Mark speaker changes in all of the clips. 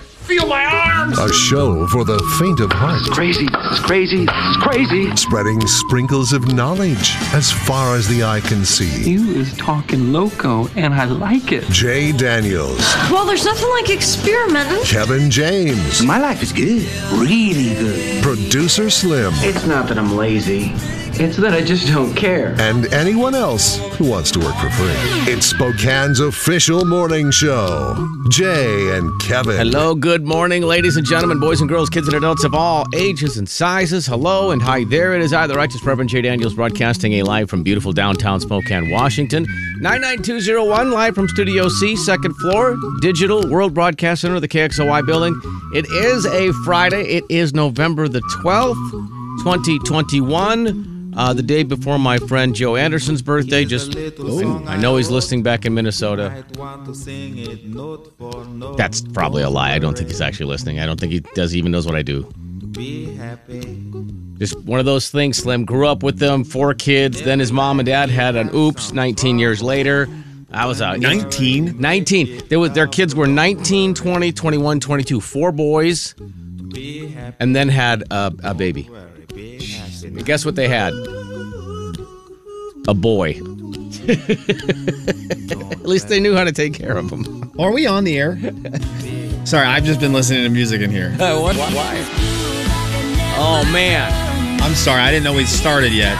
Speaker 1: feel my arms.
Speaker 2: A show for the faint of heart.
Speaker 3: crazy. It's crazy. It's crazy.
Speaker 2: Spreading sprinkles of knowledge as far as the eye can see.
Speaker 4: You is talking loco, and I like it.
Speaker 2: Jay Daniels,
Speaker 5: Well, there's nothing like experimenting.
Speaker 2: Kevin James,
Speaker 3: My life is good. Really good.
Speaker 2: producer Slim,
Speaker 3: It's not that I'm lazy. It's that I just don't care.
Speaker 2: and anyone else who wants to work for free. It's Spokane's official morning show. Jay and Kevin.
Speaker 6: Hello, good morning, ladies and gentlemen, boys and girls, kids and adults of all ages and sizes. Hello and hi there. It is I, the Righteous Reverend Jay Daniels, broadcasting a live from beautiful downtown Spokane, Washington. 99201, live from Studio C, second floor, Digital World Broadcast Center, the KXOY building. It is a Friday. It is November the 12th. 2021, uh, the day before my friend Joe Anderson's birthday. Just, I know he's listening back in Minnesota. That's probably a lie. I don't think he's actually listening. I don't think he does even knows what I do. Just one of those things, Slim. Grew up with them, four kids. Then his mom and dad had an oops 19 years later. I was out.
Speaker 7: 19?
Speaker 6: 19. There was, their kids were 19, 20, 21, 22. Four boys. And then had a, a baby. And guess what they had? A boy. At least they knew how to take care of him.
Speaker 7: Are we on the air? Sorry, I've just been listening to music in here.
Speaker 6: Oh, man.
Speaker 7: I'm sorry, I didn't know we started yet.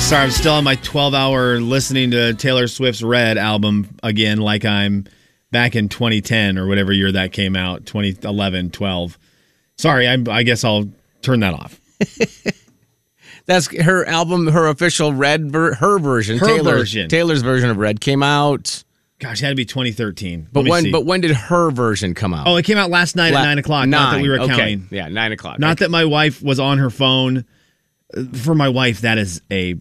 Speaker 7: Sorry, I'm still on my 12 hour listening to Taylor Swift's Red album again, like I'm back in 2010 or whatever year that came out 2011, 12. Sorry, I, I guess I'll turn that off.
Speaker 6: That's her album, her official Red, ver- her version,
Speaker 7: Her
Speaker 6: Taylor's,
Speaker 7: version.
Speaker 6: Taylor's version of Red came out.
Speaker 7: Gosh, it had to be 2013. Let
Speaker 6: But
Speaker 7: me
Speaker 6: when,
Speaker 7: see.
Speaker 6: but when did her version come out?
Speaker 7: oh, it came out last night
Speaker 6: La-
Speaker 7: at 9 o'clock. Not that we were
Speaker 6: okay.
Speaker 7: counting.
Speaker 6: Yeah, nine o'clock.
Speaker 7: Not that my wife was on her phone. Uh, For my wife, that is a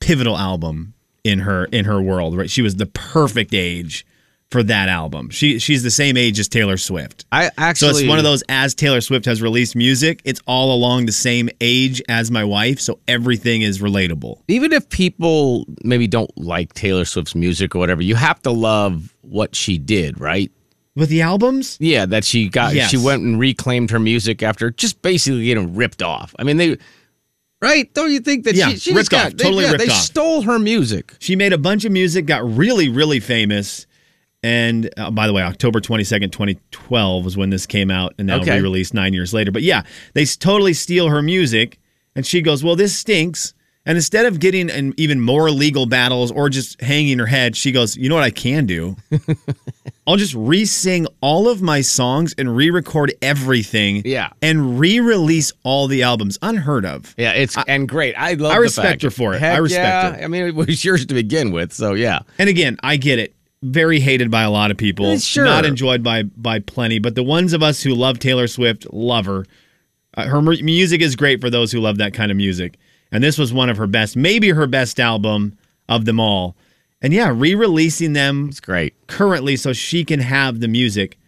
Speaker 7: pivotal album in her in her world. Right, she was the perfect age for that album. She she's the same age as Taylor Swift.
Speaker 6: I
Speaker 7: So
Speaker 6: actually.
Speaker 7: it's one of those as Taylor Swift has released music, it's all along the same age as my wife, so everything is relatable.
Speaker 6: Even if people maybe don't like Taylor Swift's music or whatever, you have to love what she did, right?
Speaker 7: With the albums,
Speaker 6: Yeah, that she got.
Speaker 7: Yes.
Speaker 6: She went and reclaimed her music after just basically getting ripped off. I mean, they. Right? Don't you think that
Speaker 7: Yeah,
Speaker 6: she, she
Speaker 7: ripped
Speaker 6: just got
Speaker 7: off,
Speaker 6: they-
Speaker 7: totally
Speaker 6: yeah,
Speaker 7: ripped
Speaker 6: they
Speaker 7: off.
Speaker 6: stole her music.
Speaker 7: She made a bunch of music, got really, really famous. And uh, by the way, October 22nd, 2012 was when this came out and now
Speaker 6: Okay.
Speaker 7: re released nine years later. But yeah, they s- totally steal her music. And she goes, Well, this stinks. And instead of getting in even more legal battles or just hanging her head, she goes, You know what I can do? I'll just re sing all of my songs and re record everything.
Speaker 6: Yeah.
Speaker 7: And re release all the albums. Unheard of.
Speaker 6: Yeah, it's and great. I love.
Speaker 7: I
Speaker 6: the
Speaker 7: respect
Speaker 6: fact-
Speaker 7: her for it. I
Speaker 6: Heck
Speaker 7: respect
Speaker 6: yeah.
Speaker 7: her.
Speaker 6: I mean, it was yours to begin with, so yeah.
Speaker 7: And again, I get it. Very hated by a lot of people.
Speaker 6: Eh, sure.
Speaker 7: Not enjoyed by by plenty, but the ones of us who love Taylor Swift love her. Uh, her mu- music is great for those who love that kind of music. And this was one of her best, maybe her best album of them all. And yeah, re-releasing them
Speaker 6: It's great.
Speaker 7: currently so she can have the music.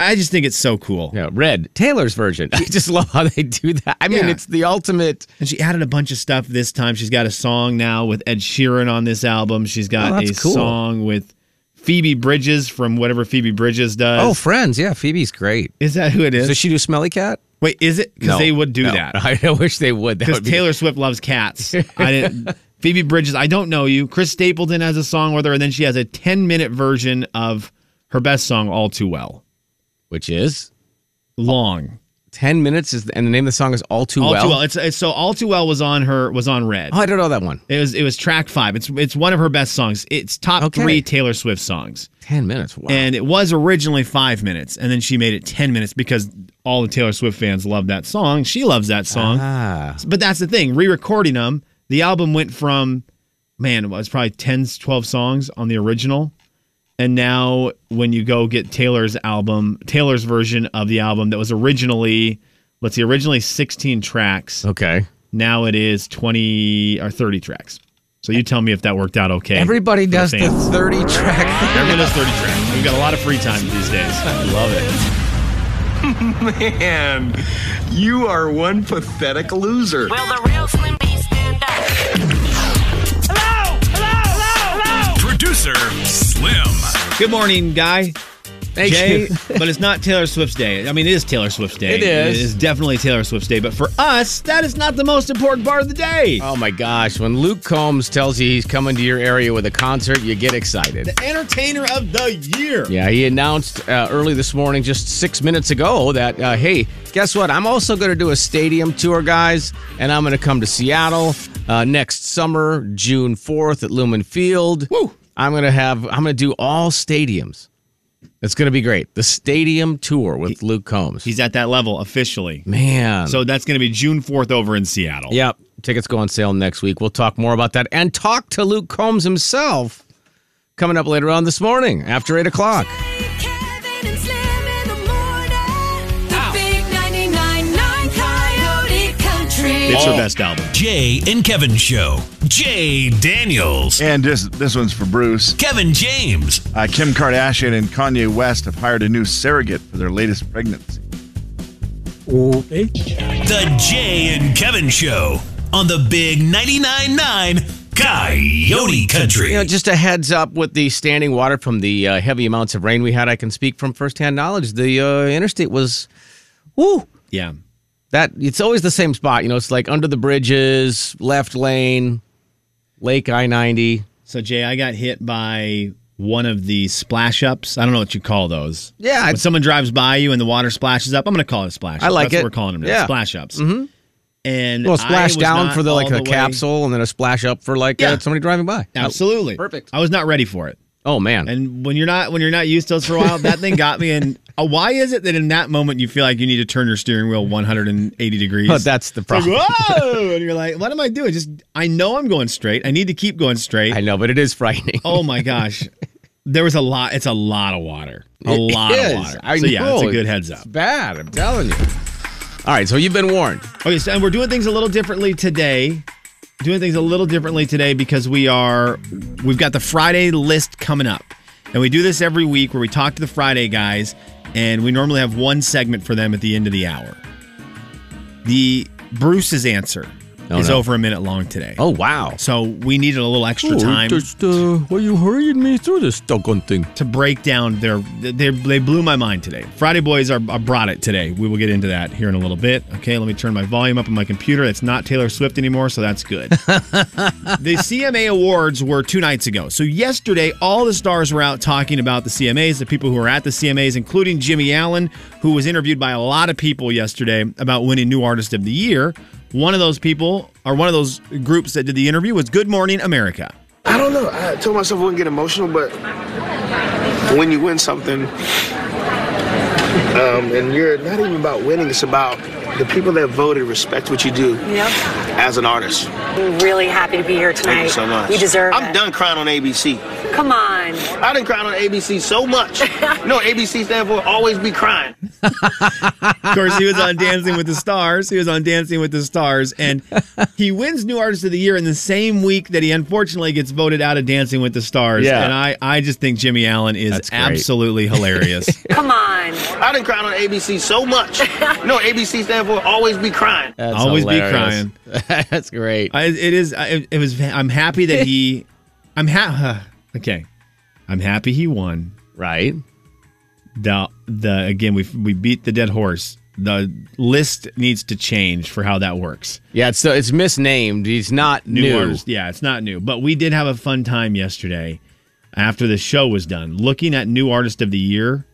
Speaker 7: I just think it's so cool.
Speaker 6: Yeah, Red Taylor's version. I just love how they do that. I mean,
Speaker 7: Yeah.
Speaker 6: it's the ultimate.
Speaker 7: And she added a bunch of stuff this time. She's got a song now with Ed Sheeran on this album. She's got
Speaker 6: Oh, that's
Speaker 7: a
Speaker 6: cool.
Speaker 7: song with Phoebe Bridges from whatever Phoebe Bridges does.
Speaker 6: Oh, friends. Yeah, Phoebe's great.
Speaker 7: Is that who it is?
Speaker 6: Does she do Smelly Cat?
Speaker 7: Wait, is it? Because
Speaker 6: No,
Speaker 7: they would do
Speaker 6: no.
Speaker 7: that.
Speaker 6: I wish they would. That
Speaker 7: Because
Speaker 6: would be
Speaker 7: Taylor Swift loves cats. I didn't. Phoebe Bridges, I don't know you. Chris Stapleton has a song with her, and then she has a 10 minute version of her best song, All Too Well.
Speaker 6: which is
Speaker 7: Long.
Speaker 6: ten minutes. Is and the name of the song is All Too
Speaker 7: All
Speaker 6: Well.
Speaker 7: Too Well. It's, it's so All Too Well was on her was on red.
Speaker 6: Oh, I don't know that one.
Speaker 7: It was it was track five. It's it's one of her best songs. It's top
Speaker 6: Okay.
Speaker 7: three Taylor Swift songs.
Speaker 6: Ten minutes. Wow.
Speaker 7: And it was originally five minutes, and then she made it ten minutes because all the Taylor Swift fans love that song. She loves that song.
Speaker 6: ah,
Speaker 7: But that's the thing, re-recording them, the album went from man, it was probably 10 12 songs on the original. And now when you go get Taylor's album, Taylor's version of the album that was originally let's see, Oh. originally 16 tracks,
Speaker 6: okay.
Speaker 7: now it is 20 or 30 tracks. So you tell me if that worked out okay.
Speaker 6: Everybody
Speaker 7: for
Speaker 6: does the
Speaker 7: fans.
Speaker 6: 30 track thing.
Speaker 7: Everyone does 30 tracks. We've got a lot of free time these days. I love it.
Speaker 8: Man, you are one pathetic loser.
Speaker 9: Will the real Slim B stand up?
Speaker 10: Producer Slim.
Speaker 7: Good morning, guy.
Speaker 6: Thank
Speaker 7: Jay,
Speaker 6: you.
Speaker 7: but it's not Taylor Swift's day. I mean, it is Taylor Swift's day.
Speaker 6: It is.
Speaker 7: It is definitely Taylor Swift's day. But for us, that is not the most important part of the day.
Speaker 6: Oh my gosh, when Luke Combs tells you he's coming to your area with a concert, you get excited.
Speaker 7: the entertainer of the year.
Speaker 6: Yeah, he announced uh, early this morning, just six minutes ago, that uh, hey, guess what? I'm also going to do a stadium tour, guys, and I'm going to come to Seattle uh, next summer, June 4th at Lumen Field. Woo! I'm going to have I'm going to do all stadiums. It's going to be great. The stadium tour with Luke Combs.
Speaker 7: He's at that level officially.
Speaker 6: Man,
Speaker 7: So that's going to be June 4th over in Seattle.
Speaker 6: Yep. Tickets go on sale next week. We'll talk more about that and talk to Luke Combs himself coming up later on this morning after 8 o'clock.
Speaker 9: Kevin and Slim in the morning. The big 99.9 Coyote Country.
Speaker 7: It's
Speaker 6: Oh.
Speaker 7: her best album.
Speaker 10: Jay and Kevin Show. Jay Daniels.
Speaker 11: And this this one's for Bruce.
Speaker 10: Kevin James.
Speaker 11: Uh, Kim Kardashian and Kanye West have hired a new surrogate for their latest pregnancy.
Speaker 10: The Jay and Kevin Show on the Big 99.9 Coyote Country.
Speaker 6: You know, just a heads up with the standing water from the uh, heavy amounts of rain we had, I can speak from firsthand knowledge. The uh, interstate was, woo,
Speaker 7: Yeah.
Speaker 6: that it's always the same spot. You know, it's like under the bridges, left lane, Lake I 90.
Speaker 7: So, Jay, I got hit by one of the splash ups. I don't know what you call those.
Speaker 6: Yeah, I-
Speaker 7: When someone drives by you and the water splashes up, I'm going to call it a splash
Speaker 6: I
Speaker 7: up.
Speaker 6: like
Speaker 7: That's
Speaker 6: it.
Speaker 7: what we're calling them now,
Speaker 6: Yeah.
Speaker 7: splash ups. Mm-hmm. And
Speaker 6: Well,
Speaker 7: I
Speaker 6: splash
Speaker 7: was
Speaker 6: down
Speaker 7: not
Speaker 6: for the like
Speaker 7: all
Speaker 6: a
Speaker 7: way-
Speaker 6: capsule and then a splash up for like
Speaker 7: Yeah.
Speaker 6: uh, somebody driving by.
Speaker 7: Absolutely.
Speaker 6: Perfect.
Speaker 7: I was not ready for it.
Speaker 6: Oh, man.
Speaker 7: And when you're not when you're not used to those for a while, that thing got me. And uh, why is it that in that moment you feel like you need to turn your steering wheel 180 degrees?
Speaker 6: But that's the
Speaker 7: It's
Speaker 6: problem.
Speaker 7: like, whoa! and you're like, what am I doing? Just I know I'm going straight. I need to keep going straight.
Speaker 6: I know, but it is frightening.
Speaker 7: oh my gosh, there was a lot. It's a lot of water. A
Speaker 6: It
Speaker 7: lot
Speaker 6: is.
Speaker 7: of water.
Speaker 6: I
Speaker 7: so yeah, it's
Speaker 6: know.
Speaker 7: a good heads up.
Speaker 6: It's bad, I'm telling you. All right, so you've been warned.
Speaker 7: Okay, so and we're doing things a little differently today. Doing things a little differently today because we are we've got the Friday list coming up. And we do this every week where we talk to the Friday guys and we normally have one segment for them at the end of the hour. The Bruce's answer
Speaker 6: Oh,
Speaker 7: is
Speaker 6: no.
Speaker 7: over a minute long today.
Speaker 6: Oh wow!
Speaker 7: So we needed a little extra time
Speaker 6: uh, why you hurrying me through this doggone thing?
Speaker 7: to break down their they they blew my mind today. Friday boys are, are brought it today. We will get into that here in a little bit. Okay, let me turn my volume up on my computer. It's not Taylor Swift anymore, so that's good. the CMA awards were two nights ago. So yesterday, all the stars were out talking about the CMAs, the people who were at the CMAs, including Jimmy Allen, who was interviewed by a lot of people yesterday about winning New Artist of the Year. One of those people, or one of those groups that did the interview, was Good Morning America.
Speaker 8: I don't know. I told myself I wouldn't get emotional, but when you win something, um, and you're not even about winning, it's about the people that voted respect what you do as an artist.
Speaker 9: I'm really happy to be here tonight.
Speaker 8: Thank you so much.
Speaker 9: You deserve
Speaker 8: I'm
Speaker 9: it.
Speaker 8: done crying on ABC.
Speaker 9: Come on.
Speaker 8: I didn't cry on ABC so much. you know what ABC stand for? Always be crying.
Speaker 7: of course, he was on Dancing with the Stars. He was on Dancing with the Stars, and he wins New Artist of the Year in the same week that he unfortunately gets voted out of Dancing with the Stars.
Speaker 6: Yeah.
Speaker 7: And I, I just think Jimmy Allen is
Speaker 6: That's great.
Speaker 7: absolutely hilarious.
Speaker 9: Come on.
Speaker 8: I didn't cry on ABC so much. you know what ABC stand for? Always be crying.
Speaker 6: That's
Speaker 7: Always be
Speaker 6: hilarious. That's great.
Speaker 7: I, it is. I, it was. I'm happy that he. I'm ha. Okay. I'm happy he won.
Speaker 6: right?
Speaker 7: The the again we we beat the dead horse. The list needs to change for how that works.
Speaker 6: Yeah, it's so it's misnamed. He's not new.
Speaker 7: new, artist. Yeah, it's not new, but we did have a fun time yesterday after the show was done, looking at new artist of the year,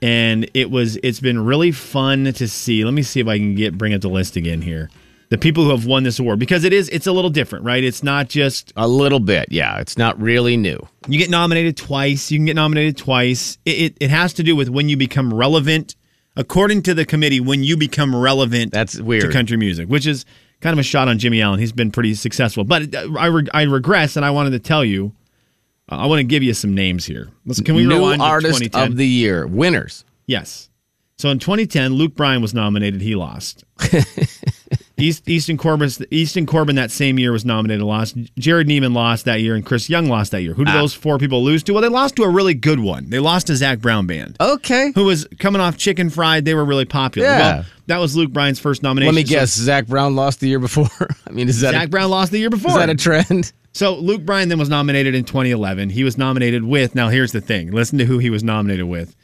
Speaker 7: and it was it's been really fun to see. Let me see if I can get bring up the list again here. The people who have won this award because it is it's a little different, right? It's not just
Speaker 6: A little bit, yeah. It's not really new.
Speaker 7: you get nominated twice. You can get nominated twice. It, it, it has to do with when you become relevant. According to the committee, when you become relevant
Speaker 6: That's weird.
Speaker 7: to country music, which is kind of a shot on Jimmy Allen. He's been pretty successful. But uh, I, reg- I regress, and I wanted to tell you, uh, I want to give you some names here. Let's, can we
Speaker 6: new
Speaker 7: rewind to
Speaker 6: artist
Speaker 7: 2010?
Speaker 6: of the year winners.
Speaker 7: Yes. So in 2010, Luke Bryan was nominated. He lost. East, Easton Corbin, Easton Corbin that same year was nominated and lost. Jared Neiman lost that year, and Chris Young lost that year. Who did
Speaker 6: Ah.
Speaker 7: those four people lose to? Well, they lost to a really good one. They lost to Zach Brown Band.
Speaker 6: Okay.
Speaker 7: Who was coming off Chicken Fried. They were really popular.
Speaker 6: Yeah.
Speaker 7: Well, that was Luke Bryan's first nomination.
Speaker 6: Let me
Speaker 7: So
Speaker 6: guess. Zach Brown lost the year before. I mean, is that
Speaker 7: Zach Brown lost the year before.
Speaker 6: that a trend?
Speaker 7: So Luke Bryan then was nominated in 2011. He was nominated with. Now here's the thing. Listen to who he was nominated with: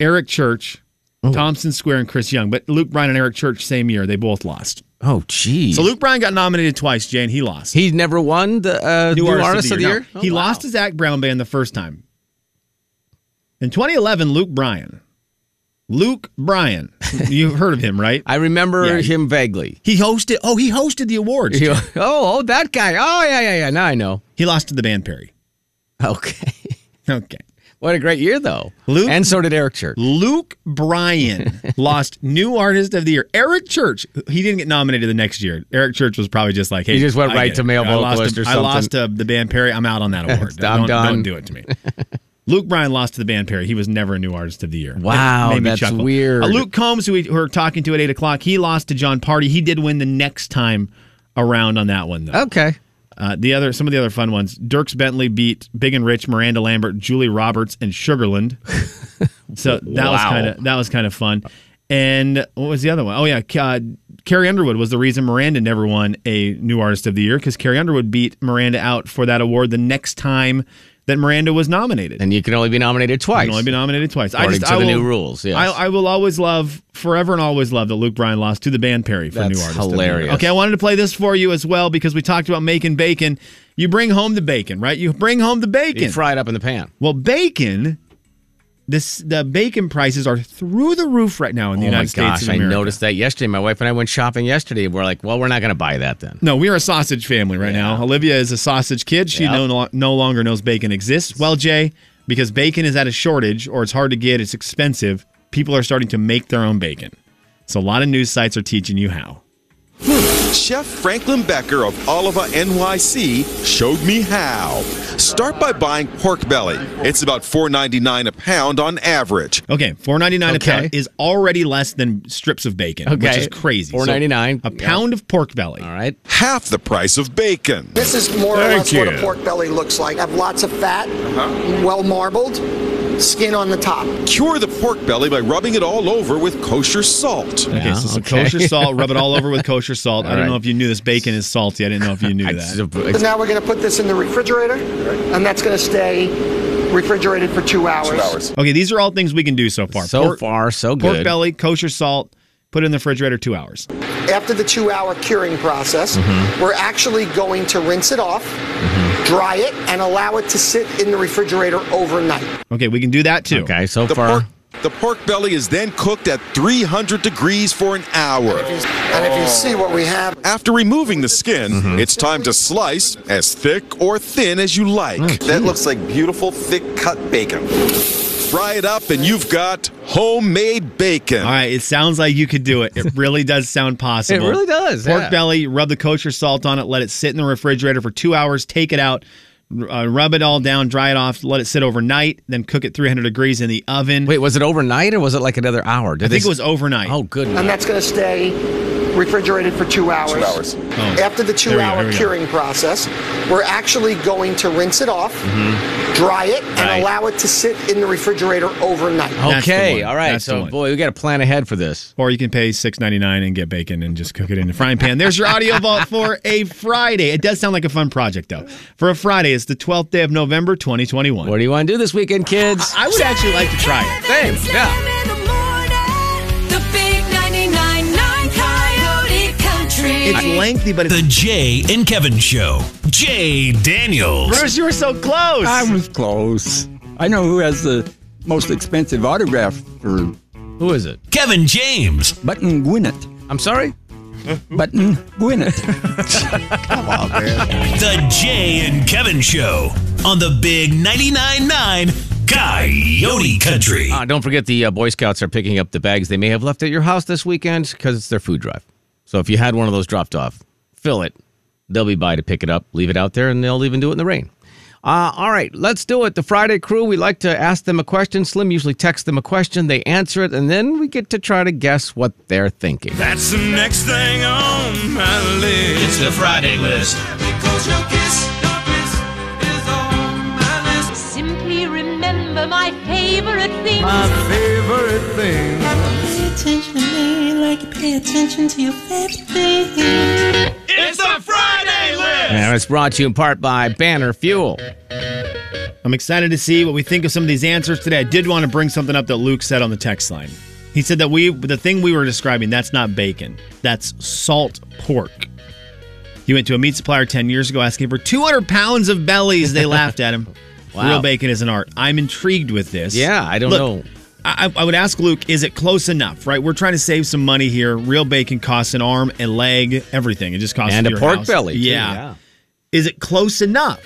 Speaker 7: Eric Church,
Speaker 6: Oh.
Speaker 7: Thompson Square, and Chris Young. But Luke Bryan and Eric Church same year. They both lost.
Speaker 6: Oh, geez.
Speaker 7: So Luke Bryan got nominated twice, Jay, and he lost.
Speaker 6: He never won the uh, new, artist, of the year. Oh,
Speaker 7: No. he lost to Zach Brown Band the first time. In 2011, Luke Bryan. Luke Bryan. You've heard of him, right?
Speaker 6: I remember
Speaker 7: Yeah.
Speaker 6: him vaguely.
Speaker 7: He hosted. Oh, he hosted the awards.
Speaker 6: He-
Speaker 7: Jay.
Speaker 6: oh, oh, that guy. Oh, yeah, yeah, yeah. Now I know.
Speaker 7: He lost to the band Perry.
Speaker 6: Okay.
Speaker 7: Okay.
Speaker 6: What a great year, though.
Speaker 7: Luke-
Speaker 6: and so did Eric Church.
Speaker 7: Luke Bryan lost New Artist of the Year. Eric Church, he didn't get nominated the next year. Eric Church was probably just like, hey,
Speaker 6: He just went
Speaker 7: I
Speaker 6: right
Speaker 7: get
Speaker 6: to
Speaker 7: it.
Speaker 6: male
Speaker 7: I lost
Speaker 6: vocalist
Speaker 7: to-
Speaker 6: or
Speaker 7: I lost to the band Perry. I'm out on that award.
Speaker 6: I'm
Speaker 7: don't,
Speaker 6: done.
Speaker 7: don't do it to me. Luke Bryan lost to the band Perry. He was never a New Artist of the Year.
Speaker 6: Wow,
Speaker 7: It made me
Speaker 6: that's
Speaker 7: chuckle.
Speaker 6: weird.
Speaker 7: Uh, Luke Combs, who we who were talking to at 8 o'clock, he lost to John Party. He did win the next time around on that one, though.
Speaker 6: Okay.
Speaker 7: Uh, the other, some of the other fun ones. Dirks Bentley beat Big and Rich, Miranda Lambert, Julie Roberts, and Sugarland. so that was
Speaker 6: Wow.
Speaker 7: kind of that was kind of fun. And what was the other one? Oh yeah, Ca- uh, Carrie Underwood was the reason Miranda never won a New Artist of the Year because Carrie Underwood beat Miranda out for that award the next time that Miranda was nominated.
Speaker 6: And you can only be nominated twice.
Speaker 7: I've only been nominated twice.
Speaker 6: According to the new rules, yes.
Speaker 7: I, I will always love, forever and always love that Luke Bryan lost to the band Perry for
Speaker 6: That's
Speaker 7: new artist. of the Year.
Speaker 6: hilarious.
Speaker 7: Okay, I wanted to play this for you as well because we talked about making bacon. You bring home the bacon, right? You bring home the
Speaker 6: You
Speaker 7: bacon.
Speaker 6: fry it up in the pan.
Speaker 7: well, bacon. This the bacon prices are through the roof right now in the
Speaker 6: oh my
Speaker 7: United
Speaker 6: gosh,
Speaker 7: States. of
Speaker 6: I
Speaker 7: America.
Speaker 6: noticed that yesterday. My wife and I went shopping yesterday. We're like, well, we're not going to buy that then.
Speaker 7: No, we are a sausage family right now. Olivia is a sausage kid. She
Speaker 6: Yep.
Speaker 7: no, no longer knows bacon exists. Well, Jay, because bacon is at a shortage or it's hard to get, it's expensive, people are starting to make their own bacon. So a lot of news sites are teaching you how.
Speaker 12: Chef Franklin Becker of Oliva, NYC showed me how. Start by buying pork belly. It's about $4.99 a pound on average.
Speaker 7: Okay, four ninety nine
Speaker 6: Okay.
Speaker 7: a pound is already less than strips of bacon, which
Speaker 6: Okay.
Speaker 7: is crazy. So
Speaker 6: $4.99,
Speaker 7: a
Speaker 6: yeah.
Speaker 7: pound of pork belly.
Speaker 6: All right.
Speaker 12: Half the price of bacon.
Speaker 13: This is more or
Speaker 12: Thank
Speaker 13: less what
Speaker 12: you.
Speaker 13: a pork belly looks like. Have lots of fat, well marbled, skin on the top.
Speaker 12: Cure the pork belly by rubbing it all over with kosher salt.
Speaker 7: Okay, so some
Speaker 6: okay.
Speaker 7: kosher salt, rub it all over with kosher salt. I
Speaker 6: All
Speaker 7: don't
Speaker 6: right.
Speaker 7: know if you knew this bacon is salty. I didn't know if you knew
Speaker 6: I
Speaker 7: that.
Speaker 6: just-
Speaker 13: So now we're going to put this in the refrigerator, and that's going to stay refrigerated for two hours.
Speaker 7: Okay, these are all things we can do so far.
Speaker 6: So
Speaker 7: Pork-
Speaker 6: far, so good.
Speaker 7: pork belly, kosher salt, put it in the refrigerator two hours.
Speaker 13: After the two hour curing process,
Speaker 12: Mm-hmm.
Speaker 13: we're actually going to rinse it off, dry it, and allow it to sit in the refrigerator overnight.
Speaker 7: Okay, we can do that too.
Speaker 6: Okay, so
Speaker 12: The
Speaker 6: far.
Speaker 12: pork, the pork belly is then cooked at 300 degrees for an hour. Oh.
Speaker 13: And if you see what we have,
Speaker 12: After removing the skin, it's time to slice as thick or thin as you like. that looks like beautiful, thick cut bacon. Fry it up, and you've got homemade bacon.
Speaker 7: All right, it sounds like you could do it. It really does sound possible.
Speaker 6: It really does,
Speaker 7: Pork
Speaker 6: yeah.
Speaker 7: belly, rub the kosher salt on it, let it sit in the refrigerator for two hours, take it out, r- uh, rub it all down, dry it off, let it sit overnight, then cook it 300 degrees in the oven.
Speaker 6: Wait, was it overnight or was it like another hour? Did
Speaker 7: I think
Speaker 6: they-
Speaker 7: it was overnight.
Speaker 6: Oh, good.
Speaker 13: and that's going to stay refrigerated for two hours. Two hours. After the
Speaker 7: Oh. There
Speaker 13: two
Speaker 7: we go,
Speaker 13: hour
Speaker 7: here we go.
Speaker 13: curing process, we're actually going to rinse it off, dry it, and
Speaker 7: Right.
Speaker 13: allow it to sit in the refrigerator overnight.
Speaker 7: That's the
Speaker 6: Okay,
Speaker 7: one.
Speaker 6: all right.
Speaker 7: That's the
Speaker 6: So,
Speaker 7: one.
Speaker 6: boy, we got to plan ahead for this.
Speaker 7: Or you can pay six ninety nine and get bacon and just cook it in the frying pan. There's your audio vault for a Friday. It does sound like a fun project though. For a Friday, it's the twelfth day of November, twenty twenty one.
Speaker 6: What do you want to do this weekend, kids?
Speaker 7: I would actually like to try it.
Speaker 6: Same, yeah.
Speaker 9: The big 99.9 Coyote Country.
Speaker 7: It's lengthy, but it's
Speaker 10: The Jay and Kevin Show. Jay Daniels.
Speaker 7: Bruce, you were so close.
Speaker 14: I was close. I know who has the most expensive autograph for
Speaker 6: Who is it?
Speaker 10: Kevin James.
Speaker 14: Button Gwinnett.
Speaker 6: I'm sorry?
Speaker 14: Button Gwinnett.
Speaker 10: The Jay and Kevin Show on the big 99.9 Coyote Country.
Speaker 6: Uh, don't forget the uh, Boy Scouts are picking up the bags they may have left at your house this weekend because it's their food drive. So if you had one of those dropped off, fill it. They'll be by to pick it up, leave it out there, and they'll even do it in the rain. Uh, all right, let's do it. The Friday crew, we like to ask them a question. Slim usually texts them a question, they answer it, and then we get to try to guess what they're thinking.
Speaker 10: That's the next thing on my list. It's the Friday list.
Speaker 9: Simply remember my favorite thing.
Speaker 10: favorite thing.
Speaker 9: Pay attention to me like you pay attention to your favorite thing. It's a Friday list.
Speaker 6: And it's brought to you in part by Banner Fuel.
Speaker 7: I'm excited to see what we think of some of these answers today. I did want to bring something up that Luke said on the text line. He said that we the thing we were describing, that's not bacon. That's salt pork. He went to a meat supplier 10 years ago asking for 200 pounds of bellies. They laughed at him.
Speaker 6: Wow.
Speaker 7: Real bacon is an art. I'm intrigued with this.
Speaker 6: Yeah, I don't
Speaker 7: Look,
Speaker 6: know.
Speaker 7: I, I would ask Luke, is it close enough, right? We're trying to save some money here. Real bacon costs an arm, a leg, everything. It just costs
Speaker 6: And a
Speaker 7: your
Speaker 6: pork
Speaker 7: house.
Speaker 6: belly, too,
Speaker 7: Yeah.
Speaker 6: yeah.
Speaker 7: Is it close enough?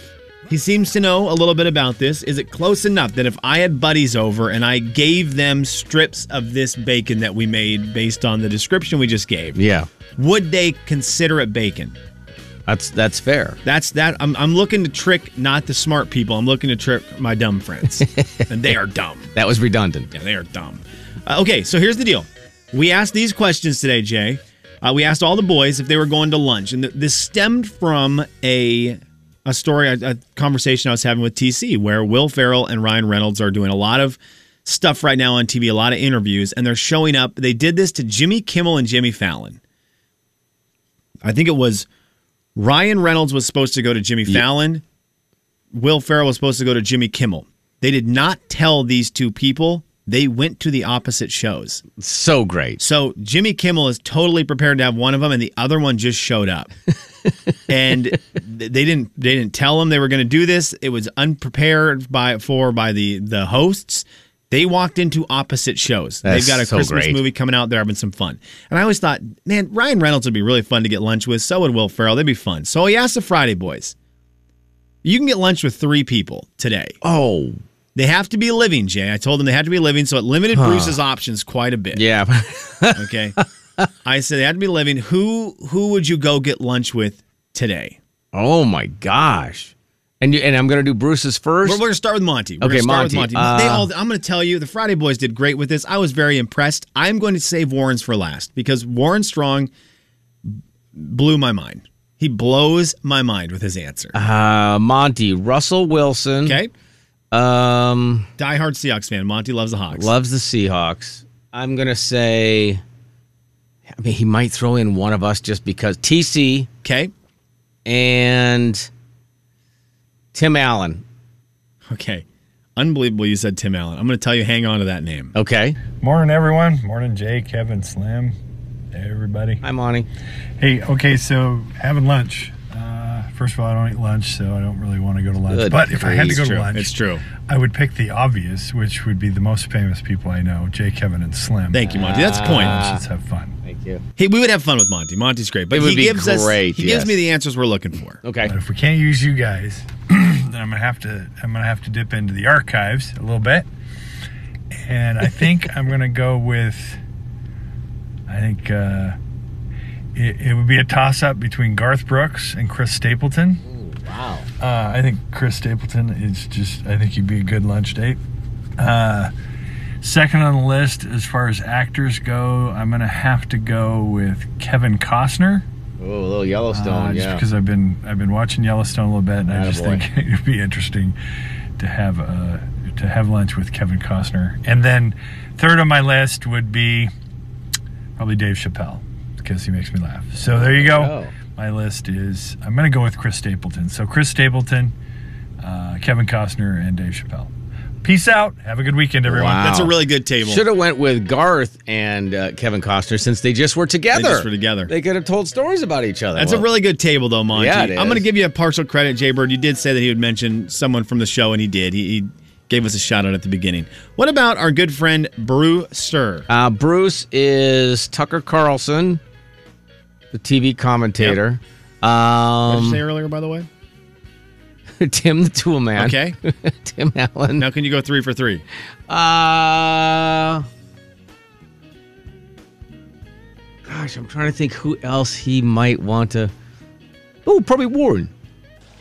Speaker 7: He seems to know a little bit about this. Is it close enough that if I had buddies over and I gave them strips of this bacon that we made based on the description we just gave,
Speaker 6: Yeah.
Speaker 7: would they consider it bacon?
Speaker 6: That's that's fair.
Speaker 7: That's that. I'm, I'm looking to trick not the smart people. I'm looking to trick my dumb friends, and they are dumb.
Speaker 6: That was redundant.
Speaker 7: Yeah, they are dumb. Uh, okay, so here's the deal. We asked these questions today, Jay. Uh, we asked all the boys if they were going to lunch, and th- this stemmed from a a story, a, a conversation I was having with TC, where Will Farrell and Ryan Reynolds are doing a lot of stuff right now on TV, a lot of interviews, and they're showing up. They did this to Jimmy Kimmel and Jimmy Fallon. I think it was Ryan Reynolds was supposed to go to Jimmy Fallon. Will Ferrell was supposed to go to Jimmy Kimmel. They did not tell these two people. They went to the opposite shows.
Speaker 6: So great.
Speaker 7: So Jimmy Kimmel is totally prepared to have one of them, and the other one just showed up. and th- they didn't. They didn't tell them they were going to do this. It was unprepared by for by the the hosts. They walked into opposite shows.
Speaker 6: That's
Speaker 7: They've got a
Speaker 6: so
Speaker 7: Christmas
Speaker 6: great.
Speaker 7: movie coming out. They're having some fun. And I always thought, man, Ryan Reynolds would be really fun to get lunch with. So would Will Ferrell. They'd be fun. So he asked the Friday boys, you can get lunch with three people today.
Speaker 6: Oh.
Speaker 7: They have to be living, Jay. I told them they had to be living, so it limited
Speaker 6: Huh.
Speaker 7: Bruce's options quite a bit.
Speaker 6: Yeah.
Speaker 7: okay. I said they had to be living. Who who would you go get lunch with today?
Speaker 6: Oh my gosh. And you, and I'm gonna do Bruce's 1st
Speaker 7: We're, we're gonna start with Monty. We're
Speaker 6: Okay,
Speaker 7: gonna start
Speaker 6: Monty.
Speaker 7: With Monty. They
Speaker 6: Uh,
Speaker 7: all, I'm gonna tell you, the Friday Boys did great with this. I was very impressed. I'm going to save Warren's for last because Warren Strong b- blew my mind. He blows my mind with his answer.
Speaker 6: Uh, Monty Russell Wilson.
Speaker 7: Okay.
Speaker 6: Um,
Speaker 7: Die hard Seahawks fan. Monty loves the Hawks.
Speaker 6: loves the Seahawks. I'm gonna say. I mean, he might throw in one of us just because TC.
Speaker 7: Okay.
Speaker 6: And Tim Allen.
Speaker 7: Okay. Unbelievable you said Tim Allen. I'm going to tell you hang on to that name.
Speaker 6: Okay.
Speaker 15: Morning, everyone. Morning, Jay, Kevin, Slim, everybody.
Speaker 6: Hi, Monty.
Speaker 15: Hey, okay, so having lunch. Uh, first of all, I don't eat lunch, so I don't really want to go to lunch.
Speaker 7: Good
Speaker 15: but if I had to
Speaker 7: grief.
Speaker 15: go
Speaker 7: It's
Speaker 15: to
Speaker 7: true.
Speaker 15: lunch,
Speaker 7: It's true.
Speaker 15: I would pick the obvious, which would be the most famous people I know: Jay, Kevin, and Slim.
Speaker 7: Thank you, Monty. That's the point.
Speaker 15: Uh, Let's have fun.
Speaker 6: Thank you.
Speaker 7: Hey, we would have fun with Monty. Monty's great, but
Speaker 6: It would
Speaker 7: he
Speaker 6: be
Speaker 7: gives us
Speaker 6: great,
Speaker 7: he
Speaker 6: yes.
Speaker 7: gives me the answers we're looking for.
Speaker 6: Okay.
Speaker 15: But if we can't use you guys, then I'm gonna have to I'm gonna have to dip into the archives a little bit. And I think I'm gonna go with I think uh, it, it would be a toss up between Garth Brooks and Chris Stapleton.
Speaker 6: Wow.
Speaker 15: Uh, I think Chris Stapleton is just, I think he'd be a good lunch date. Uh, second on the list, as far as actors go, I'm going to have to go with Kevin Costner.
Speaker 6: Oh, a little
Speaker 15: uh,
Speaker 6: Yellowstone.
Speaker 15: just
Speaker 6: yeah.
Speaker 15: because I've been I've been watching Yellowstone a little bit, and I just
Speaker 6: Attaboy.
Speaker 15: think it'd be interesting to have uh, to have lunch with Kevin Costner. And then third on my list would be probably Dave Chappelle because he makes me laugh. So there you go.
Speaker 6: Oh.
Speaker 15: My list is I'm going to go with Chris Stapleton. So Chris Stapleton, uh, Kevin Costner, and Dave Chappelle. Peace out. Have a good weekend, everyone.
Speaker 7: That's a really good table.
Speaker 6: Should have went with Garth and uh, Kevin Costner since they just were together.
Speaker 7: just were together.
Speaker 6: They could have told stories about each other.
Speaker 7: That's
Speaker 6: Well,
Speaker 7: a really good table, though, Monty.
Speaker 6: Yeah, it
Speaker 7: I'm going to
Speaker 6: is.
Speaker 7: give you a partial credit, Jay Bird. You did say that he would mention someone from the show, and he did. He, he gave us a shout out at the beginning. What about our good friend Brewster?
Speaker 6: Uh, Bruce is Tucker Carlson, the TV commentator.
Speaker 7: What did you
Speaker 6: Um,
Speaker 7: say earlier, by the way?
Speaker 6: Tim the Tool Man.
Speaker 7: Okay.
Speaker 6: Tim Allen.
Speaker 7: Now can you go three for three?
Speaker 6: Uh, gosh, I'm trying to think who else he might want to. Oh, probably Warren.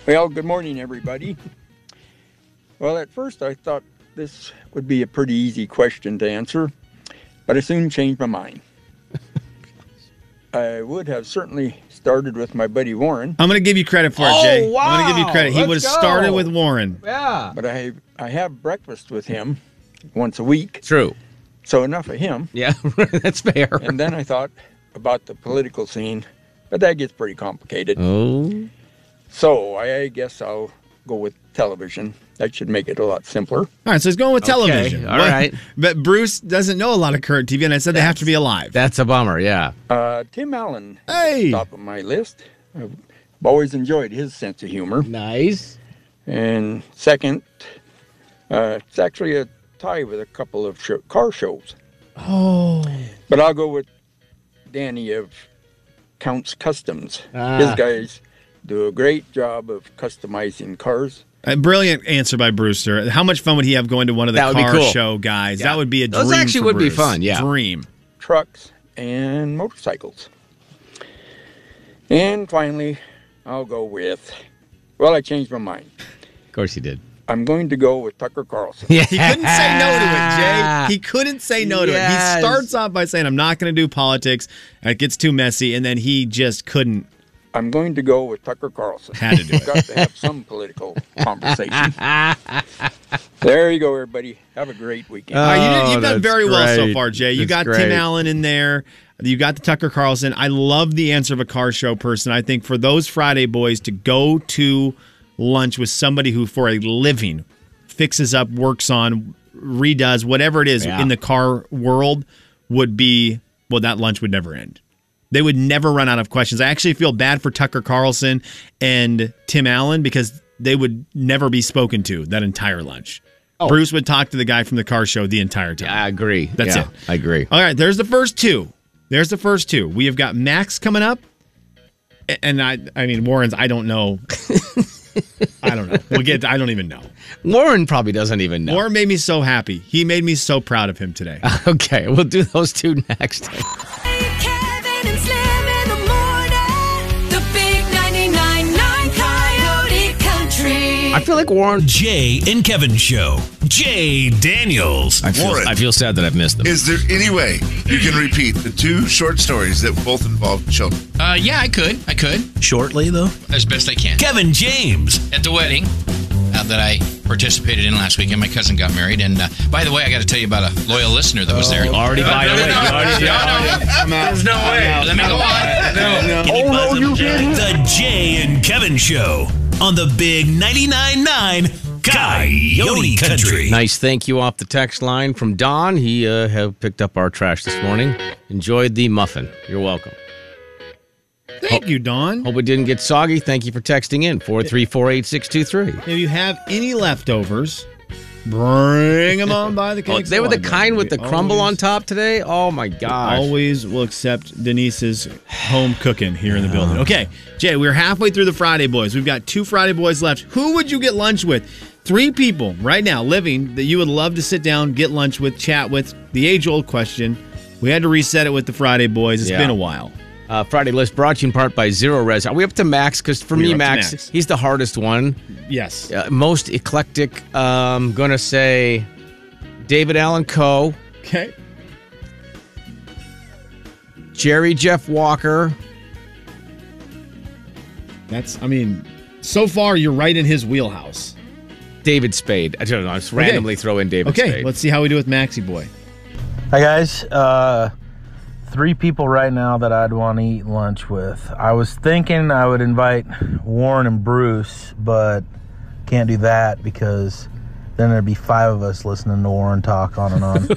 Speaker 16: Well, good morning, everybody.
Speaker 14: Well, at first I thought this would be a pretty easy question to answer, but I soon changed my mind. I would have certainly started with my buddy Warren.
Speaker 7: I'm going to give you credit for it,
Speaker 14: Oh,
Speaker 7: Jay. I'm going to give
Speaker 14: wow.
Speaker 7: you credit. He
Speaker 14: Let's
Speaker 7: would have
Speaker 14: go.
Speaker 7: started with Warren.
Speaker 6: Yeah.
Speaker 14: But I I have breakfast with him once a week.
Speaker 6: True.
Speaker 14: So enough of him.
Speaker 6: Yeah, that's fair.
Speaker 14: And then I thought about the political scene, but that gets pretty complicated.
Speaker 6: Oh.
Speaker 14: So I guess I'll go with television. That should make it a lot simpler.
Speaker 7: All right, so he's going with
Speaker 14: Okay,
Speaker 7: television.
Speaker 14: all
Speaker 7: But-
Speaker 14: right.
Speaker 7: But Bruce doesn't know a lot of current TV, and I said they have to be alive.
Speaker 6: That's a bummer, yeah.
Speaker 14: Uh, Tim Allen, is at
Speaker 7: the
Speaker 14: top of my list. I've always enjoyed his sense of humor.
Speaker 6: Nice.
Speaker 14: And second, uh, it's actually a tie with a couple of show, car shows,
Speaker 6: Oh.
Speaker 14: but I'll go with Danny of Counts Customs. His
Speaker 7: Ah.
Speaker 14: guys do a great job of customizing cars.
Speaker 7: A brilliant answer by Brewster. How much fun would he have going to one of the
Speaker 14: That would be
Speaker 7: car
Speaker 14: cool.
Speaker 7: show guys?
Speaker 14: Yeah.
Speaker 7: That would be a dream.
Speaker 14: Those actually
Speaker 7: for
Speaker 14: would be
Speaker 7: Bruce.
Speaker 14: fun, yeah.
Speaker 7: Dream.
Speaker 14: trucks, and motorcycles. And finally, I'll go with. Well, I changed my mind.
Speaker 6: Of course he did.
Speaker 14: I'm going to go with Tucker Carlson.
Speaker 6: Yeah.
Speaker 7: He couldn't say no to it, Jay. He couldn't say no to
Speaker 14: Yes.
Speaker 7: it. He starts off by saying, I'm not going to do politics. and It gets too messy. And then he just couldn't.
Speaker 14: I'm going to go with Tucker Carlson.
Speaker 7: Had to do
Speaker 14: We've
Speaker 7: it.
Speaker 14: got to have some political conversation. there you go, everybody. Have a great weekend.
Speaker 7: All right, you did, you've done very well so
Speaker 14: Oh, great.
Speaker 7: far, Jay. You
Speaker 14: That's
Speaker 7: got Tim
Speaker 14: great.
Speaker 7: Allen in there. You got the Tucker Carlson. I love the answer of a car show person. I think for those Friday boys to go to lunch with somebody who, for a living, fixes up, works on, redoes whatever it is
Speaker 16: Yeah.
Speaker 7: in the car world would be well. That lunch would never end. They would never run out of questions. I actually feel bad for Tucker Carlson and Tim Allen because they would never be spoken to that entire lunch. Bruce would talk to the guy from the car show the entire time. I
Speaker 6: agree.
Speaker 7: That's
Speaker 6: Yeah,
Speaker 7: it.
Speaker 6: I agree.
Speaker 7: All right, there's the first two. There's the first two. We have got Max coming up. A- And I I mean Warren's I don't know. I don't know. We'll get I don't even know.
Speaker 6: Warren probably doesn't even know.
Speaker 7: Warren made me so happy. He made me so proud of him today.
Speaker 6: Okay, we'll do those two next.
Speaker 9: Kevin and Slim in the morning. The big 99.9 Coyote Country.
Speaker 6: I feel like Warren.
Speaker 10: Jay and Kevin Show. Jay Daniels.
Speaker 17: I feel- Warren. I
Speaker 6: feel sad that I've missed them.
Speaker 17: Is there any way you can repeat the two short stories that both involve children?
Speaker 16: Uh, yeah, I could. I could.
Speaker 10: Shortly, though.
Speaker 16: As best I can.
Speaker 10: Kevin James.
Speaker 16: At the wedding uh, that I participated in last weekend, my cousin got married. And uh, by the way, I got to tell you about a loyal listener that was there.
Speaker 7: Oh.
Speaker 6: Already by the way.
Speaker 16: Already-
Speaker 10: There's no way.
Speaker 16: Let me go
Speaker 10: No. Oh, no, you didn't. The Jay and Kevin Show on the big 99.9 Coyote Country.
Speaker 6: Nice thank you off the text line from Don. He uh, have picked up our trash this morning. Enjoyed the muffin. You're welcome.
Speaker 7: Thank you, Don.
Speaker 6: Hope it didn't get soggy. Thank you for texting in 4348623.
Speaker 7: If you have any leftovers, bring them on by the
Speaker 6: Oh,
Speaker 7: cake.
Speaker 6: they were the kind with the crumble on top today. Oh my gosh.
Speaker 7: Always will accept Denise's home cooking here in the building. Okay, Jay, we're halfway through the Friday Boys. We've got two Friday Boys left. Who would you get lunch with? Three people right now living that you would love to sit down, get lunch with, chat with. The age old question. We had to reset it with the Friday Boys. It's
Speaker 6: Yeah.
Speaker 7: been a while.
Speaker 6: Uh, Friday list brought to you in part by Zero Res. Are we up to Max? Because for
Speaker 7: We are
Speaker 6: me,
Speaker 7: up to
Speaker 6: Max,
Speaker 7: Max.
Speaker 6: he's the hardest one.
Speaker 7: Yes.
Speaker 6: Uh, most eclectic. Um, gonna say David Allen Coe,
Speaker 7: Okay.
Speaker 6: Jerry Jeff Walker.
Speaker 7: That's, I mean, so far you're right in his wheelhouse.
Speaker 6: David Spade. I don't know. I just randomly throw in David
Speaker 7: Okay,
Speaker 6: Spade.
Speaker 7: let's see how we do with Maxie Boy.
Speaker 18: Hi guys, uh, three people right now that I'd want to eat lunch with. I was thinking I would invite Warren and Bruce, but can't do that because then there'd be five of us listening to Warren talk on and on.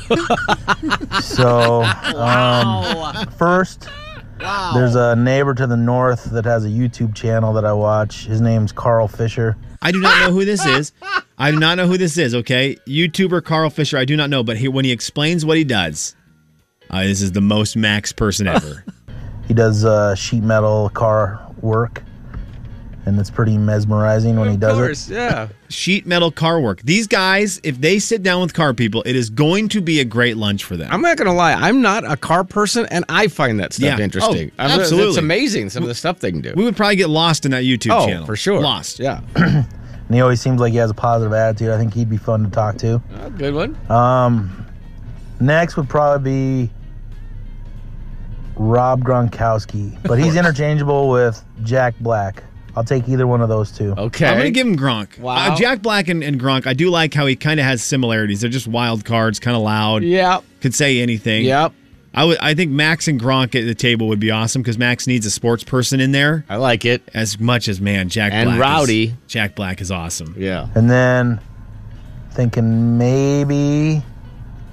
Speaker 18: so, um, first, there's a neighbor to the north that has a YouTube channel that I watch. His name's Carl Fisher.
Speaker 7: I do not know who this is. I do not know who this is, okay? YouTuber Carl Fisher, I do not know, but he, when he explains what he does, uh, this is the most max person ever.
Speaker 18: He does uh, sheet metal car work, and it's pretty mesmerizing when he does it.
Speaker 6: yeah.
Speaker 7: Sheet metal car work. These guys, if they sit down with car people, it is going to be a great lunch for them.
Speaker 6: I'm not gonna lie. I'm not a car person, and I find that stuff
Speaker 7: Yeah.
Speaker 6: interesting.
Speaker 7: Oh,
Speaker 6: I'm-
Speaker 7: absolutely.
Speaker 6: it's amazing some of the stuff they can do.
Speaker 7: we would probably get lost in that YouTube
Speaker 6: oh,
Speaker 7: channel.
Speaker 6: for sure.
Speaker 7: Lost.
Speaker 6: Yeah.
Speaker 18: and he always seems like he has a positive attitude. I think he'd be fun to talk to.
Speaker 6: Uh, Good one.
Speaker 18: Um, next would probably be Rob Gronkowski, but he's interchangeable with Jack Black. I'll take either one of those two.
Speaker 6: Okay,
Speaker 7: I'm gonna give him Gronk.
Speaker 18: Wow.
Speaker 7: Uh, Jack Black and, and Gronk. I do like how he kind of has similarities. They're just wild cards, kind of loud.
Speaker 6: Yeah,
Speaker 7: could say anything.
Speaker 6: Yep.
Speaker 7: I would. I think Max and Gronk at the table would be awesome because Max needs a sports person in there.
Speaker 6: I like it
Speaker 7: as much as man Jack
Speaker 18: And
Speaker 7: Black is-
Speaker 18: Rowdy.
Speaker 7: Jack Black is awesome.
Speaker 6: Yeah.
Speaker 18: And then thinking maybe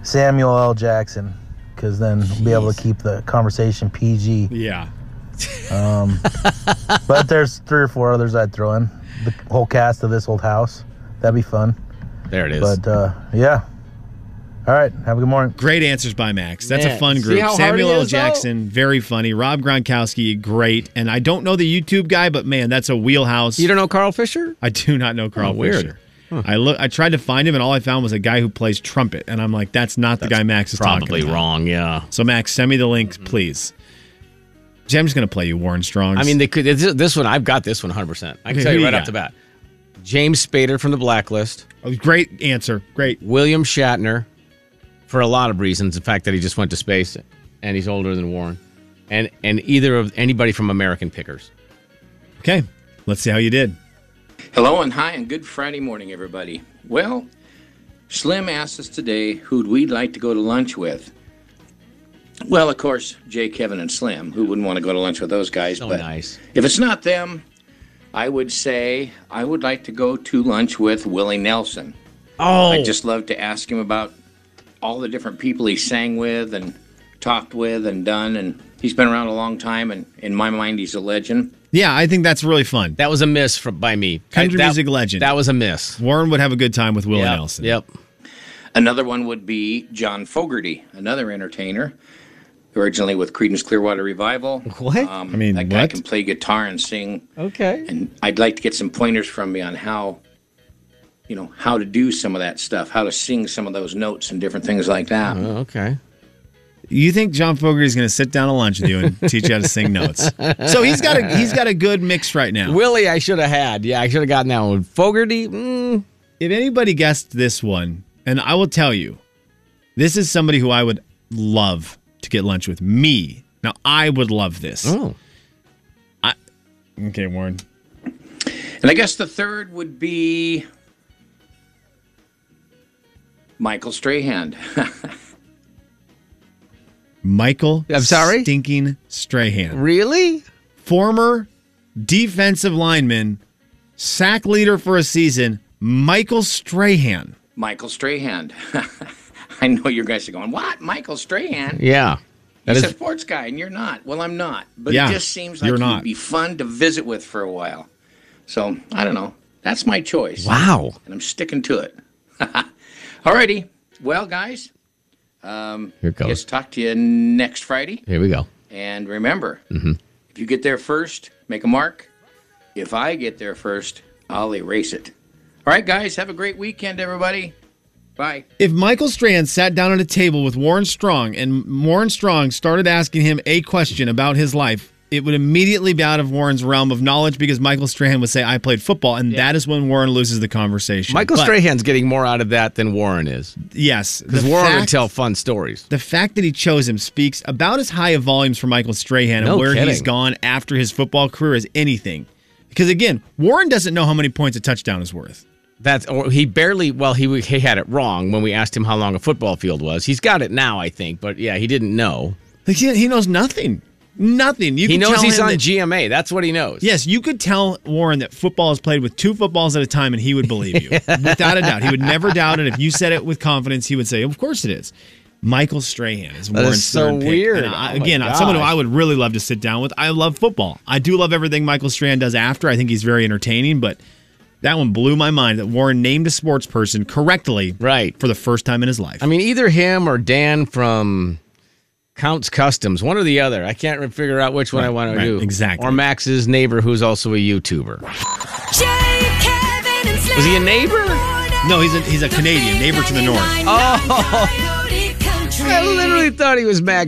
Speaker 18: Samuel L. Jackson, because then we'll be able to keep the conversation PG.
Speaker 7: Yeah.
Speaker 18: Um, but there's three or four others I'd throw in. The whole cast of this old house. That'd be fun.
Speaker 6: There it is.
Speaker 18: But uh, yeah. All right. Have a good morning.
Speaker 7: Great answers by Max. That's
Speaker 18: Man,
Speaker 7: a fun
Speaker 18: see
Speaker 7: group.
Speaker 18: how hard
Speaker 7: Samuel
Speaker 18: he
Speaker 7: L.
Speaker 18: is, though?
Speaker 7: Jackson, very funny. Rob Gronkowski, great. And I don't know the YouTube guy, but man, that's a wheelhouse. You
Speaker 6: don't know Carl Fisher?
Speaker 7: I do not know Carl
Speaker 6: Oh, weird.
Speaker 7: Fisher. I look. I tried to find him, and all I found was a guy who plays trumpet. And I'm like, that's not the guy Max is
Speaker 6: probably
Speaker 7: talking about.
Speaker 6: wrong. Yeah.
Speaker 7: So Max, send me the link, please. Jay, I'm just gonna play you Warren Strong.
Speaker 6: I mean, they could. This, this one, I've got this one 100. percent I can
Speaker 7: Okay,
Speaker 6: tell
Speaker 7: who
Speaker 6: you
Speaker 7: you
Speaker 6: right
Speaker 7: got?
Speaker 6: off the bat. James Spader from The Blacklist.
Speaker 7: Oh, great answer. Great.
Speaker 6: William Shatner, for a lot of reasons. The fact that he just went to space and he's older than Warren, and and either of anybody from American Pickers.
Speaker 7: Okay, let's see how you did.
Speaker 19: Hello and hi and good Friday morning, everybody. Well, Slim asked us today who'd we like to go to lunch with. Well, of course, Jay, Kevin, and Slim. Who wouldn't want to go to lunch with those guys?
Speaker 6: So
Speaker 19: but
Speaker 6: Oh, nice.
Speaker 19: if it's not them, I would say I would like to go to lunch with Willie Nelson.
Speaker 6: Oh,
Speaker 19: I'd just love to ask him about all the different people he sang with and talked with and done. And he's been around a long time, and in my mind, he's a legend.
Speaker 7: Yeah, I think that's really fun.
Speaker 6: That was a miss from by me.
Speaker 7: Country
Speaker 19: I- that-
Speaker 7: music legend.
Speaker 6: That was a miss.
Speaker 7: Warren would have a good time with Willie
Speaker 19: Yeah,
Speaker 7: Nelson.
Speaker 6: Yep.
Speaker 19: Another one would be John Fogerty, another entertainer, originally with Creedence Clearwater Revival.
Speaker 7: What?
Speaker 19: Um,
Speaker 7: I mean,
Speaker 19: that guy
Speaker 7: what?
Speaker 19: can play guitar and sing.
Speaker 6: Okay.
Speaker 19: And I'd like to get some pointers from you on how, you know, how to do some of that stuff, how to sing some of those notes and different things like that.
Speaker 6: Oh, okay.
Speaker 7: You think John Fogerty's going to sit down to lunch with you and teach you how to sing notes? So he's got a he's got a good mix right now.
Speaker 6: Willie, I should have had. Yeah, I should have gotten that one. Fogerty. Mm.
Speaker 7: If anybody guessed this one, and I will tell you, this is somebody who I would love to get lunch with. Me. Now I would love this.
Speaker 6: Oh.
Speaker 7: I Okay, Warren.
Speaker 19: And I guess the third would be Michael Strahan.
Speaker 7: Michael
Speaker 6: I'm sorry?
Speaker 7: Stinking Strahan.
Speaker 6: Really?
Speaker 7: Former defensive lineman, sack leader for a season, Michael Strahan.
Speaker 19: Michael Strahan. I know you guys are going, what? Michael Strahan?
Speaker 6: Yeah. That
Speaker 19: He's
Speaker 6: is
Speaker 19: a sports guy, and you're not. Well, I'm not. But
Speaker 7: Yeah,
Speaker 19: it just seems like
Speaker 7: you're
Speaker 19: you're
Speaker 7: not.
Speaker 19: would be fun to visit with for a while. So I don't know. That's my choice.
Speaker 6: Wow.
Speaker 19: And I'm sticking to it. Alrighty. Well, guys. Um,
Speaker 6: Here it goes.
Speaker 19: Guess talk to you next Friday.
Speaker 6: Here we go.
Speaker 19: And remember,
Speaker 6: Mhm.
Speaker 19: if you get there first, make a mark. If I get there first, I'll erase it. All right, guys. Have a great weekend, everybody. Bye.
Speaker 7: If Michael Strand sat down at a table with Warren Strong and Warren Strong started asking him a question about his life, it would immediately be out of Warren's realm of knowledge because Michael Strahan would say, I played football. And that is when Warren loses the conversation.
Speaker 6: Michael
Speaker 7: But,
Speaker 6: Strahan's getting more out of that than Warren is.
Speaker 7: Yes.
Speaker 6: Because
Speaker 7: the
Speaker 6: Warren would
Speaker 7: fact-
Speaker 6: tell fun stories.
Speaker 7: The fact that he chose him speaks about as high of volumes for Michael Strahan
Speaker 6: No
Speaker 7: and where he's
Speaker 6: kidding.
Speaker 7: gone after his football career as anything. Because again, Warren doesn't know how many points a touchdown is worth.
Speaker 6: That's or he barely. Well, he he had it wrong when we asked him how long a football field was. He's got it now, I think. But yeah, he didn't know.
Speaker 7: Like, He, he knows nothing. Nothing. You
Speaker 6: he
Speaker 7: can
Speaker 6: knows
Speaker 7: tell
Speaker 6: he's
Speaker 7: him
Speaker 6: on
Speaker 7: that-
Speaker 6: GMA. That's what he knows.
Speaker 7: Yes, you could tell Warren that football is played with two footballs at a time, and he would believe you without a doubt. He would never doubt it. If you said it with confidence, he would say, "Of course it is." Michael Strahan is
Speaker 6: That is
Speaker 7: Warren's
Speaker 6: so
Speaker 7: third pick.
Speaker 6: weird.
Speaker 7: And I-
Speaker 6: Oh my
Speaker 7: again, someone who
Speaker 6: gosh.
Speaker 7: I would really love to sit down with. I love football. I do love everything Michael Strahan does after. I think he's very entertaining, but that one blew my mind that Warren named a sports person correctly,
Speaker 6: right,
Speaker 7: for the first time in his life.
Speaker 6: I mean, either him or Dan from Counts Customs, one or the other. I can't re- figure out which one I
Speaker 7: Right,
Speaker 6: want
Speaker 7: right,
Speaker 6: to do.
Speaker 7: exactly.
Speaker 6: Or Max's neighbor, who's also a YouTuber.
Speaker 9: Jay, Kevin, and Slim.
Speaker 6: Was he a neighbor?
Speaker 7: No, he's a, he's a Canadian neighbor to the north.
Speaker 9: Oh.
Speaker 6: I literally thought he was Max.